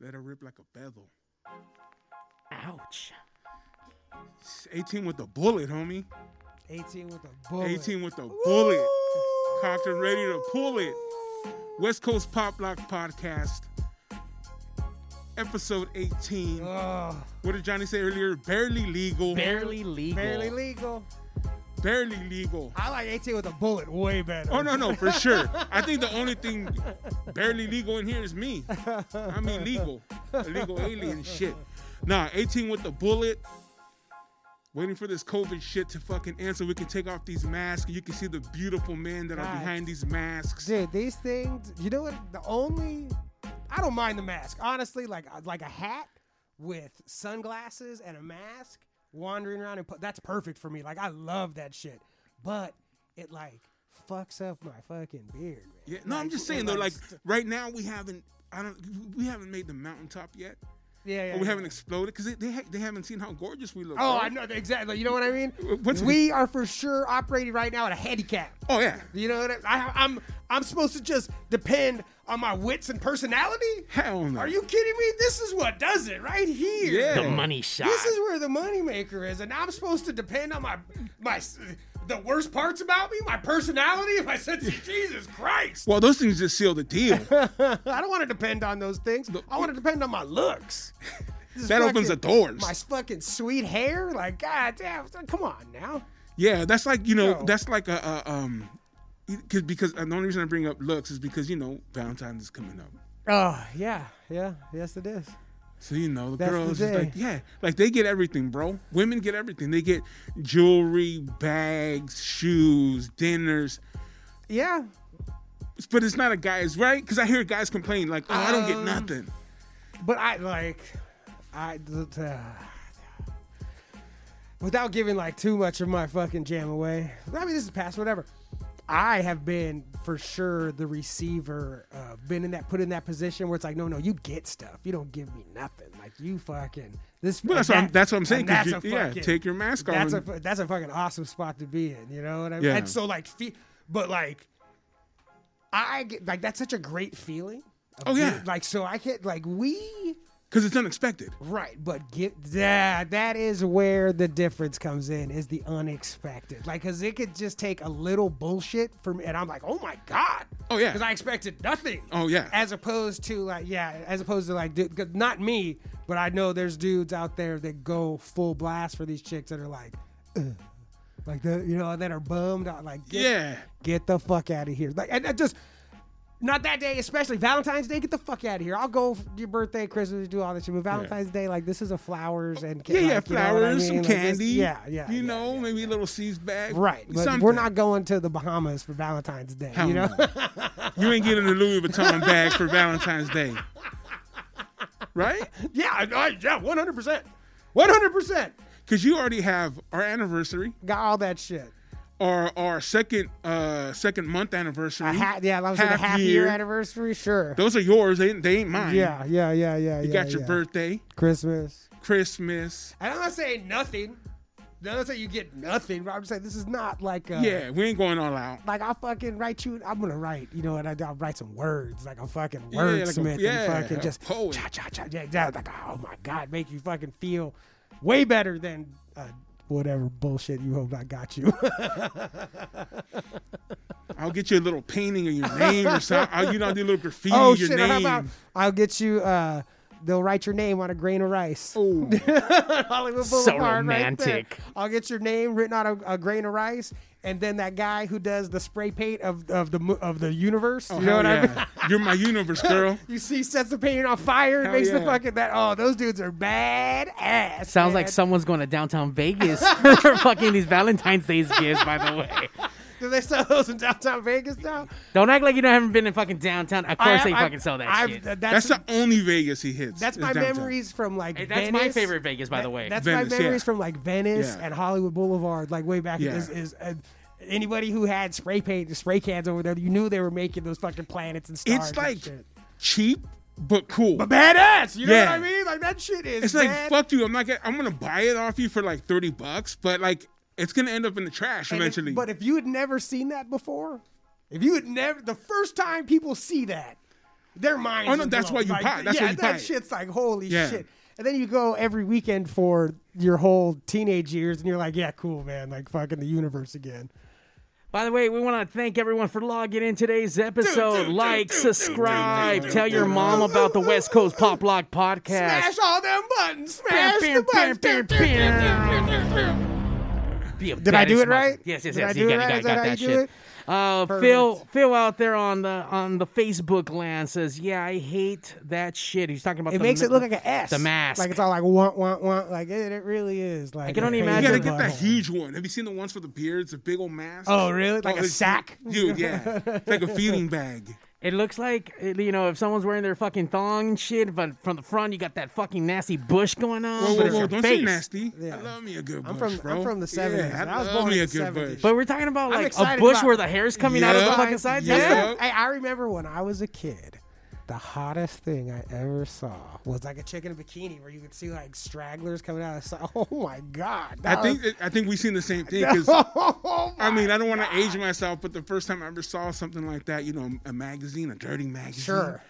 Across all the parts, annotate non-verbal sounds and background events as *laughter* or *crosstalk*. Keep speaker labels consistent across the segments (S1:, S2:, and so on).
S1: Let her rip like a bevel.
S2: Ouch.
S1: It's 18 with a bullet, homie.
S3: 18 with a bullet.
S1: 18 with a bullet. Cocked and ready to pull it. West Coast Pop Lock Podcast, episode 18.
S3: Uh. Ugh,
S1: What did Johnny say earlier? Barely legal.
S2: Barely legal.
S3: barely legal.
S1: Barely legal.
S3: I like 18 with a bullet way better.
S1: Oh no, no, for sure. I think the only thing barely legal in here is me. I mean legal. Illegal alien shit. Nah, 18 with the bullet. Waiting for this COVID shit to fucking end so we can take off these masks. You can see the beautiful men that are
S3: God.
S1: behind these masks.
S3: Dude, these things. You know what? The only I don't mind the mask. Honestly, like like a hat with sunglasses and a mask, wandering around and that's perfect for me. Like I love that shit. But it like fucks up my fucking beard. Man.
S1: Yeah, no, I'm just
S3: it,
S1: saying though, like
S3: st-
S1: right now we haven't, I don't, we haven't made the mountaintop yet,
S3: yeah, yeah,
S1: or we
S3: yeah.
S1: haven't exploded because they, they, ha- they haven't seen how gorgeous we look.
S3: Oh,
S1: right?
S3: I know exactly. You know what I mean?
S1: What's-
S3: we are for sure operating right now at a handicap.
S1: Oh yeah,
S3: You know what I, I, I'm? I'm supposed to just depend on my wits and personality?
S1: hell no.
S3: Are you kidding me? This is what does it right here.
S1: Yeah.
S2: The money shot.
S3: This is where the moneymaker is, and I'm supposed to depend on my my s- the worst parts about me, my personality, my
S1: *laughs*
S3: sense of Jesus Christ.
S1: Well, those things just seal the deal.
S3: I don't want to depend on those things. I want to depend on my looks. *laughs* This
S1: That opens the
S3: fucking-
S1: doors.
S3: My fucking sweet hair, like God damn, come on now.
S1: yeah, that's like you know,
S3: No.
S1: that's like a, a um, because because and the only reason I bring up looks is because you know Valentine's is coming up,
S3: Oh yeah, yeah, yes it is.
S1: so you know the
S3: That's the
S1: girls is like
S3: day.
S1: yeah, like they get everything, bro. Women get everything. They get jewelry, bags, shoes, dinners.
S3: Yeah,
S1: But it's not a guy's right because I hear guys complain like, "Oh, I don't
S3: Um,
S1: get nothing."
S3: But I like, I uh, without giving like too much of my fucking jam away. I mean, this is past whatever. I have been for sure the receiver, uh, been in that put in that position where it's like, no, no, you get stuff. You don't give me nothing. Like you fucking this.
S1: Well, that's what I'm- that's what I'm saying,
S3: and
S1: 'cause
S3: that's
S1: you-
S3: a
S1: yeah,
S3: fucking-
S1: take your mask off
S3: That's a
S1: and-
S3: fu- that's a fucking awesome spot to be in. You know what I mean?
S1: Yeah.
S3: And so like, fe- but like, I get like that's such a great feeling.
S1: Oh,
S3: of
S1: yeah.
S3: being- Like so, I can't like we
S1: Because it's unexpected.
S3: Right, but get that that is where the difference comes in is the unexpected. Like cuz it could just take a little bullshit from and I'm like, "Oh my god."
S1: Oh, yeah.
S3: Cuz I expected nothing.
S1: Oh, yeah.
S3: As opposed to like yeah, as opposed to like dude, 'cause not me, but I know there's dudes out there that go full blast for these chicks that are like "Ugh." like the you know that are bummed out like get,
S1: Yeah.
S3: get the fuck out of here. Like and I just not that day, especially Valentine's Day. Get the fuck out of here. I'll go for your birthday, Christmas, do all that shit. But Valentine's Day, like this is a flowers and
S1: Yeah, yeah,
S3: like, you know what I
S1: flowers, some
S3: mean? Like, this-
S1: candy.
S3: yeah, yeah.
S1: You
S3: yeah,
S1: know,
S3: yeah.
S1: maybe a little seeds bag.
S3: right? But
S1: something.
S3: we're not going to the Bahamas for Valentine's Day.
S1: Hell
S3: you know,
S1: no. You ain't getting a Louis Vuitton bag for Valentine's Day. Right?
S3: *laughs* yeah, I, I- yeah, one hundred percent, one hundred percent.
S1: Because you already have our anniversary,
S3: Got all that shit.
S1: our our second uh second month anniversary.
S3: A ha- yeah, I was saying a half year anniversary. Sure.
S1: Those are yours. They, they ain't mine.
S3: Yeah, yeah, yeah, yeah.
S1: You got your birthday,
S3: Christmas.
S1: Christmas.
S3: And I'm not saying nothing. I'm not saying you get nothing. But I'm just saying this is not like a,
S1: Yeah, we ain't going all out.
S3: like I'll fucking write you. I'm gonna write, you know, and I, I'll write some words, like a fucking
S1: Yeah, like a-
S3: wordsmith,
S1: yeah,
S3: and fucking
S1: a
S3: just
S1: poet.
S3: cha cha cha. Yeah, yeah, like oh my god, make you fucking feel way better than uh, whatever bullshit you hope I got you.
S1: I'll get you a little painting of
S3: *laughs*
S1: your name or something. I'll, you know, I'll do a little graffiti
S3: *laughs* oh
S1: of your
S3: shit,
S1: name.
S3: how about I'll get you. uh They'll write your name on a grain of rice.
S1: Oh,
S3: *laughs* Hollywood
S2: So
S3: Boulevard right there.
S2: romantic.
S3: I'll get your name written on a, a grain of rice, and then that guy who does the spray paint of, of the mo- of the universe.
S1: Oh,
S3: you know what I mean? *laughs*
S1: You're my universe, girl.
S3: You see, sets the painting on fire. It
S1: Hell
S3: makes the
S1: yeah.
S3: fucking that. Oh, those dudes are bad ass.
S2: Sounds like someone's going to downtown Vegas for *laughs* fucking these Valentine's Day gifts, by the way.
S3: Do they sell those in downtown Vegas now? Of
S2: Don't act like you don't haven't been in fucking downtown. Of course they fucking sell that shit.
S3: That's
S1: That's the only Vegas he hits.
S3: that's
S1: is
S3: my
S1: downtown.
S3: memories from like
S2: Hey, that's my
S3: Venice.
S2: favorite Vegas, by the
S3: That-
S2: way.
S3: That's
S1: Venice,
S3: my
S1: yeah.
S3: memories from like Venice
S1: Yeah.
S3: and Hollywood Boulevard, like way back.
S1: Yeah.
S3: Is, is uh, anybody who had spray paint, spray cans over there, you knew they were making those fucking planets and stars.
S1: It's like
S3: and shit.
S1: cheap but cool.
S3: but badass. You know
S1: Yeah.
S3: what I mean? Like that shit is.
S1: it's like
S3: bad.
S1: fuck you. I'm not. Gonna, I'm gonna buy it off you for like thirty bucks, but like it's gonna end up in the trash
S3: And if-
S1: eventually.
S3: but if you had never seen that before, if you had never, the first time people see that, Their minds.
S1: Oh, no,
S3: are
S1: that's
S3: blown.
S1: why you
S3: Like,
S1: pot- that's
S3: yeah,
S1: why you
S3: that
S1: pot.
S3: shit's like holy
S1: Yeah.
S3: shit. And then you go every weekend for your whole teenage years, and you're like, yeah, cool, man, like fucking the universe again.
S2: By the way, we want to thank everyone for logging in today's episode. like, subscribe, tell your mom about the West Coast Pop Lock podcast.
S3: Smash all them buttons. Smash
S2: Bam,
S3: the
S2: bam, bam,
S3: buttons.
S2: bam,
S3: Doo, doo,
S2: bam.
S3: doo, doo, doo, doo.
S2: Be a
S3: Did I do
S2: badass
S3: it right?
S2: mother- Yes, yes,
S3: Did
S2: yes.
S3: I
S2: you
S3: do
S2: got,
S3: it right?
S2: you
S3: Is
S2: got,
S3: that
S2: got
S3: how
S2: that
S3: you do
S2: shit.
S3: it?
S2: Uh,
S3: Perfect.
S2: Phil, Phil out there on the on the Facebook land says, "Yeah, I hate that shit." He's talking about
S3: It
S2: the
S3: makes
S2: ma-
S3: it look like an S.
S2: the mask.
S3: Like it's all like want, want, want. Like it, it really is. Like
S2: I can only
S3: a
S1: You
S2: imagine
S1: gotta
S3: faded
S1: get that
S3: butthole.
S1: huge one. Have you seen the ones for the beards, the big old masks?
S3: Oh, really? Like a
S1: it's-
S3: sack?
S1: Dude, yeah. It's like a feeding
S3: *laughs*
S1: bag.
S2: It looks like you know if someone's wearing their fucking thong and shit, but from the front you got that fucking nasty bush going on.
S1: Whoa,
S2: but
S1: whoa,
S2: it's
S1: whoa!
S2: your
S1: Oh, Don't
S2: face.
S1: say nasty.
S3: Yeah.
S1: I love me a good bush,
S3: I'm from
S1: bro.
S3: I'm from the 70s.
S1: Yeah,
S3: and I was
S1: love
S3: born
S1: me
S3: in
S1: a
S3: the
S1: good
S3: 70s.
S1: bush.
S2: But we're talking about like a
S3: excited
S2: bush
S3: about-
S2: where the hair's coming out of the
S1: Yeah,
S2: fucking sides.
S1: yeah.
S2: That's the-
S1: Yep.
S3: Hey, I remember when I was a kid, the hottest thing I ever saw was like a chick in a bikini where you could see like stragglers coming out of the side. *laughs* Oh my god!
S1: I
S3: that
S1: think
S3: was-
S1: I think we've seen the same thing. 'cause,
S3: *laughs* Oh my-
S1: I mean, I don't want
S3: *laughs*
S1: to age myself, but the first time I ever saw something like that, you know, a magazine, a dirty magazine.
S3: sure.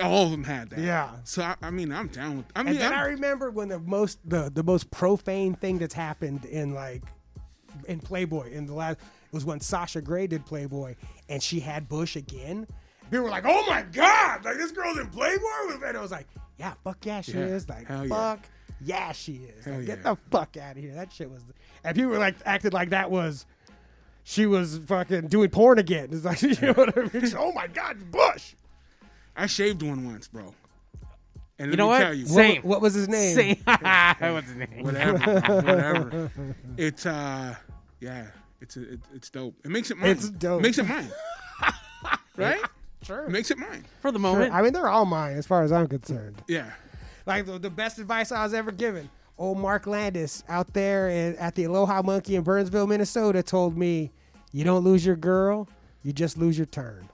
S1: All of them had that.
S3: Yeah.
S1: So I, I mean, I'm down with. I
S3: And
S1: mean,
S3: then I
S1: I'm-
S3: remember when the most the, the most profane thing that's happened in like in Playboy in the last was when Sasha Grey did Playboy and she had Bush again. People were like, "Oh my god, like this girl's in Playboy," and I was like, "Yeah, fuck yeah, she
S1: Yeah.
S3: is." Like,
S1: Hell yeah.
S3: fuck yeah. she is.
S1: Hell
S3: Like, get
S1: yeah.
S3: the fuck out of here. That shit was. And people were like acted like that was. She was fucking doing porn again. It's like, *laughs* you know what I mean?
S1: *laughs*
S3: She's, oh my God, Bush.
S1: I shaved one once, bro. And let
S2: You know
S1: me
S2: what?
S1: tell you,
S2: Same.
S3: What was his name?
S2: Same. *laughs* What's his name?
S1: whatever, whatever. It's uh, yeah, it's a, it, it's dope. It makes it mine.
S3: It's dope.
S1: makes it
S3: *laughs*
S1: mine. right?
S3: Sure.
S1: It makes it mine.
S2: For the
S3: Sure.
S2: moment,
S3: I mean, they're all mine as far as I'm concerned.
S1: Yeah.
S3: Like the, the best advice I was ever given. Old Mark Landis out there in, at the Aloha Monkey in Burnsville, Minnesota, told me, "You don't lose your girl, you just lose your turn."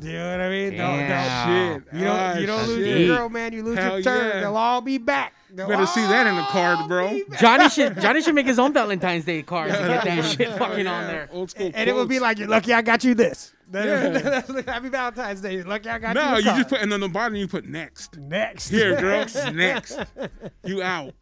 S3: Do you know what I mean?
S2: Yeah.
S1: Shit.
S3: Don't, don't, you don't,
S1: Ah,
S3: you don't lose
S1: shit.
S3: your girl, man. You lose
S1: Hell
S3: your turn.
S1: yeah.
S3: They'll all be back. They'll
S1: Better see that in the card,
S3: all
S1: bro.
S3: be back.
S2: Johnny should Johnny should make his own Valentine's Day cards and get that shit
S1: Hell
S2: fucking
S1: yeah.
S2: on there.
S1: Old school.
S3: And it would be
S1: quotes.
S3: like, "You're lucky I got you this."
S1: *laughs* Yeah.
S3: *laughs* Happy Valentine's Day. You're lucky I got
S1: No,
S3: you. a
S1: you just
S3: card.
S1: put and on the bottom you put next.
S3: next
S1: Here, girl. next. You out.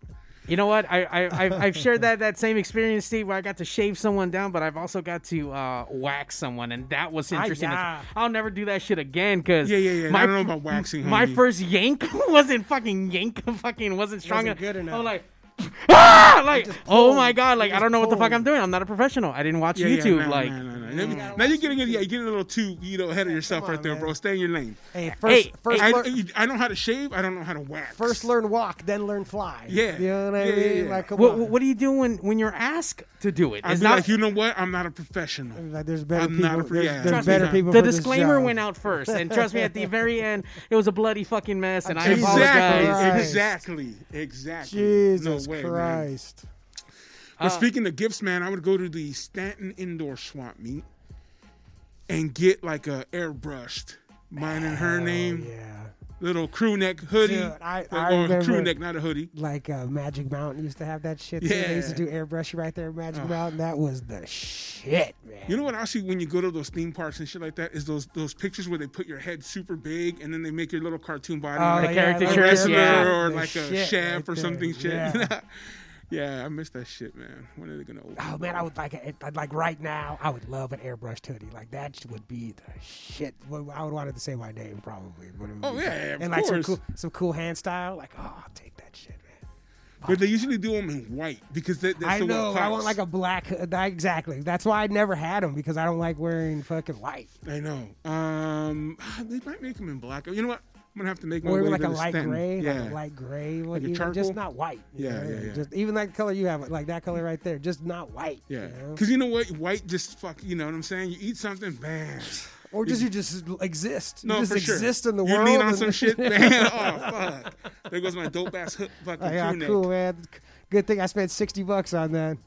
S2: You know what? I, I I've, I've shared that that same experience, Steve, where I got to shave someone down, but I've also got to uh, wax someone, and that was interesting.
S3: yeah.
S2: I'll never do that shit again because
S1: Ah, Yeah, yeah, yeah. I don't know about waxing. Homie.
S2: my first yank *laughs* wasn't fucking yank *laughs* fucking wasn't strong
S3: Wasn't good enough.
S2: I'm like *laughs* ah! like oh
S3: pulled.
S2: my god like
S3: You
S2: I don't
S3: just
S2: know what the fuck
S3: pulled.
S2: I'm doing I'm not a professional I didn't watch
S1: Yeah, yeah,
S2: YouTube
S1: nah,
S2: like
S1: nah, nah, nah. now you're getting a, yeah, you're getting a little too you know ahead of yourself
S3: come
S1: right
S3: on,
S1: there,
S3: man.
S1: bro. Stay in your lane.
S3: *laughs* Hey, first,
S2: Hey,
S3: first,
S1: I,
S3: lear-
S1: you- I know how to shave. I don't know how to wax.
S3: first learn walk, then learn fly.
S1: Yeah.
S3: you know what I
S1: Yeah, yeah,
S3: mean.
S1: yeah.
S3: Like, come
S2: what,
S3: on.
S2: what do you do when when you're asked to do it
S1: I'd
S2: it's
S1: be
S2: not
S1: like, you know what? I'm not a professional.
S3: Like there's better
S1: I'm
S3: people.
S1: not a pro-
S3: there's
S1: yeah.
S3: there's
S1: Trust me,
S3: better
S1: John.
S3: people.
S2: the
S3: for this
S2: disclaimer
S3: job.
S2: went out first and trust me at the
S1: *laughs*
S2: very end it was a bloody fucking mess and I
S3: Jesus
S2: apologize
S3: Christ.
S1: Exactly. Exactly. Exactly.
S3: Jesus
S1: no way, man.
S3: Christ.
S1: But speaking of gifts, man, I would go to the Stanton Indoor Swap Meet and get like a airbrushed, mine and her name,
S3: Oh, Yeah.
S1: little crew neck hoodie.
S3: Dude, I-
S1: Well,
S3: I
S1: or crew
S3: remember-
S1: neck, not a hoodie.
S3: Like uh, Magic Mountain used to have that shit. Too. They used to do
S1: Yeah.
S3: airbrush right there at Magic Mountain. That was the shit, man.
S1: You know what? Actually, when you go to those theme parks and shit like that, is those those pictures where they put your head super big and then they make your little cartoon
S3: Oh,
S1: body, like
S2: Oh, character
S1: a
S2: sure,
S1: wrestler
S2: yeah.
S1: or
S3: The
S1: like a
S3: shit
S1: chef
S3: right
S1: or
S3: there.
S1: something. Shit. *laughs*
S3: Yeah.
S1: Yeah. I miss that shit, man. When are they gonna open?
S3: Oh man, I would like a, I'd like right now. I would love an airbrushed hoodie. Like that would be the shit. Well, I would want it to say my name probably. but it would
S1: Oh,
S3: be-
S1: yeah, of
S3: and like some
S1: course.
S3: cool, some cool hand style. Like oh, I'll take that shit, man.
S1: But they usually do them in white because that, that's
S3: I
S1: the
S3: know.
S1: What
S3: I
S1: pops.
S3: want like a black. hood. That- Exactly. That's why I never had them because I don't like wearing fucking white.
S1: I know. Um, they might make them in black. You know what? I'm gonna have to make my
S3: Or
S1: way
S3: even like
S1: to
S3: a
S1: the
S3: light
S1: stand.
S3: gray,
S1: Yeah.
S3: like a light gray, one,
S1: Like a
S3: even
S1: charcoal?
S3: just not white. you
S1: Yeah,
S3: know,
S1: yeah, yeah.
S3: Just even like the color you have, like that color right there, just not white. you
S1: yeah.
S3: know?
S1: Because you know what? White just fuck. You know what I'm saying? You eat something, bam.
S3: Or just you just exist. You
S1: No,
S3: just
S1: for sure.
S3: exist in the
S1: you
S3: world.
S1: lean on
S3: and- *laughs*
S1: some shit, man. Oh fuck! There goes my dope ass hook fucking
S3: Like, ah,
S1: crew neck.
S3: cool, man. Good thing I spent 60 bucks on that.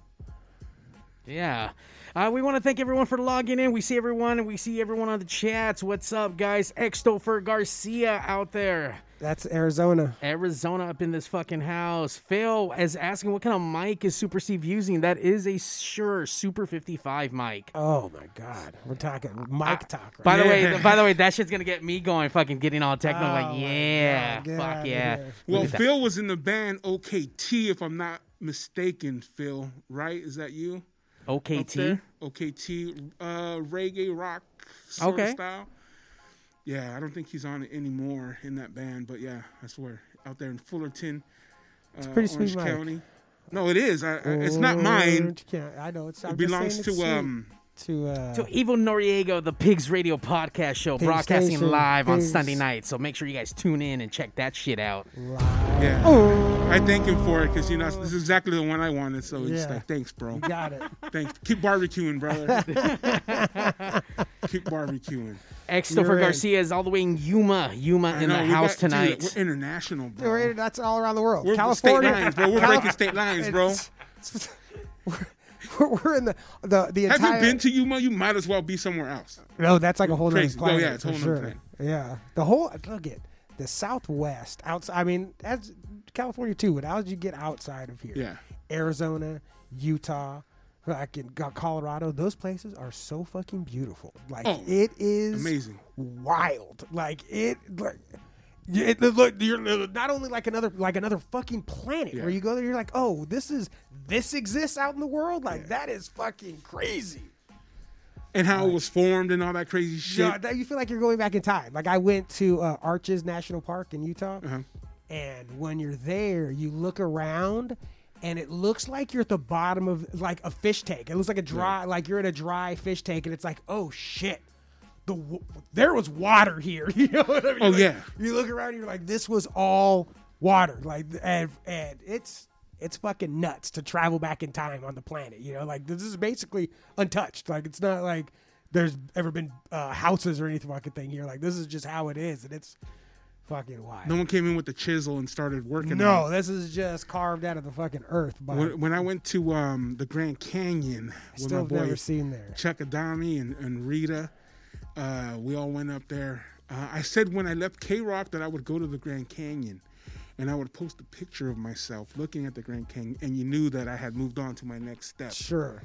S2: Yeah. Uh, we want to thank everyone for logging in. We see everyone and we see everyone on the chats. What's up, guys? Extofer Garcia out there.
S3: That's Arizona.
S2: Arizona up in this fucking house. Phil is asking what kind of mic is Super Steve using? That is a sure Super 55 mic.
S3: Oh my God, we're talking mic talk. Right
S2: By the way,
S1: Yeah.
S2: th- by the way, that shit's gonna get me going. Fucking getting all techno,
S3: Oh my
S2: like yeah,
S3: God, get
S2: fuck
S3: outta
S2: yeah.
S3: here.
S2: Look
S1: Well,
S2: at that.
S1: Phil was in the band OKT, if I'm not mistaken. Phil, right? Is that you? up
S2: OKT.
S1: there? OKT, uh, reggae rock sort
S2: Okay.
S1: of style. Yeah, I don't think he's on it anymore in that band, but yeah, I swear, out there in Fullerton, it's
S3: pretty
S1: Orange
S3: sweet mic.
S1: County. No, it is. I, I, it's not mine.
S3: Orange County. I know it's.
S1: It belongs to um.
S3: to uh,
S2: So Evil Noriego, the Pigs Radio podcast show, broadcasting
S3: station,
S2: live on
S3: Pigs.
S2: Sunday night. So make sure you guys tune in and check that shit out.
S3: live.
S1: Yeah.
S3: Oh,
S1: I thank him for it because you know this is exactly the one I wanted. So it's just
S3: Yeah.
S1: like, thanks, bro.
S3: got it.
S1: Thanks. Keep barbecuing, brother. Keep barbecuing.
S2: Christopher
S3: You're in.
S2: Garcia is all the way in Yuma, Yuma
S1: I
S2: in
S1: know,
S2: the
S1: we
S2: house
S1: got- dude,
S2: tonight.
S1: we're international, bro.
S3: We're- That's all around the world.
S1: We're
S3: California,
S1: state lines, bro. We're
S3: Cali-
S1: breaking state lines, bro.
S3: It's- it's- *laughs* we're, we're in the the the
S1: Have
S3: entire.
S1: you been to Yuma? You might as well be somewhere else.
S3: No, that's like a whole
S1: Crazy.
S3: nother
S1: Oh,
S3: planet.
S1: yeah, it's a
S3: for
S1: whole
S3: sure.
S1: nother planet.
S3: Yeah, the whole look at the Southwest outside. I mean, that's California too. But how did you get outside of here?
S1: Yeah.
S3: Arizona, Utah, fucking Co- Colorado. Those places are so fucking beautiful. Like
S1: Oh,
S3: it is
S1: amazing.
S3: wild. Like it, like. yeah, It, look, you're not only like another like another fucking planet
S1: Yeah.
S3: where you go there, you're like, oh, this is this exists out in the world. Like that is fucking crazy.
S1: And how it was formed and all that crazy shit.
S3: Yeah, that- you feel like you're going back in time. Like I went to uh, Arches National Park in Utah, and when you're there, you look around, and it looks like you're at the bottom of like a fish tank. It looks like a dry, like you're in a dry fish tank, and it's like, oh shit, the w- there was water here. *laughs* you know what I mean?
S1: Oh,
S3: Like,
S1: yeah.
S3: You look around, you're like, this was all water. Like and and it's. It's fucking nuts to travel back in time on the planet, you know. Like this is basically untouched. Like it's not like there's ever been uh, houses or anything fucking thing here. Like this is just how it is, and it's fucking wild.
S1: No one came in with a chisel and started working. on
S3: No,
S1: it.
S3: this is just carved out of the fucking earth. By
S1: When, when I went to um, the Grand Canyon with my
S3: still have never
S1: boy
S3: seen there.
S1: Chuck Adami and, and Rita, uh, we all went up there. Uh, I said when I left K Rock that I would go to the Grand Canyon and I would post a picture of myself looking at the Grand Canyon, and you knew that I had moved on to my next step.
S3: Sure.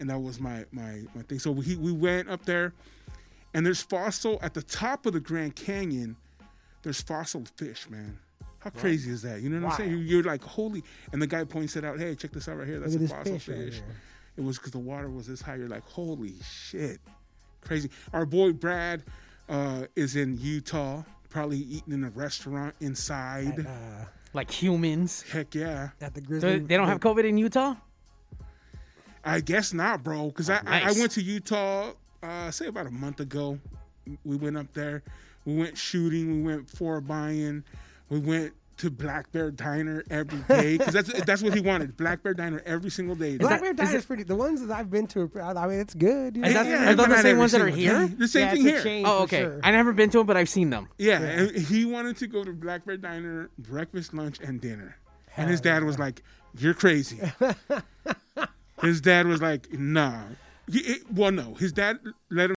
S1: and that was my my my thing. So we we went up there, and there's fossil at the top of the Grand Canyon. There's fossil fish, man. How crazy is that? You know what I'm saying?
S3: Wow.
S1: You- You're like, holy. And the guy points it out. Hey, check this out right here. That's
S3: at
S1: a
S3: this
S1: fossil
S3: fish
S1: fish.
S3: right here.
S1: it was because the water was this high. You're like, holy shit, crazy. Our boy Brad uh, is in Utah, probably eating in a restaurant inside.
S3: Uh,
S2: Like humans.
S1: Heck yeah.
S3: at the
S2: So
S3: grizzly.
S2: they don't have COVID in Utah?
S1: I guess not, bro. Because I, I I
S2: Oh, nice.
S1: went to Utah, uh, say about a month ago. We went up there. We went shooting. We went for buying. We went to Black Bear Diner
S2: *laughs*
S1: every day because that's that's what he wanted. Black Bear Diner every single day.
S3: Black
S2: that-
S3: Bear
S2: is
S3: Diner's
S2: it-
S3: pretty. The ones that I've been to, are, pre- I mean, it's good. you
S2: Is
S3: know?
S2: that- are those
S1: but
S2: the
S1: not
S2: same
S1: every
S2: ones that are
S1: single
S2: here?
S1: day. The same
S3: Yeah,
S1: thing
S3: it's a
S1: here.
S3: chain
S2: Oh,
S3: for
S2: okay.
S3: sure.
S2: I never been to them, but I've seen them.
S1: Yeah, and he wanted to go to Black Bear Diner breakfast, lunch, and dinner. and his dad was like, "You're
S2: *laughs*
S1: crazy." his dad was like, "Nah." He, it- well, no, his dad let him.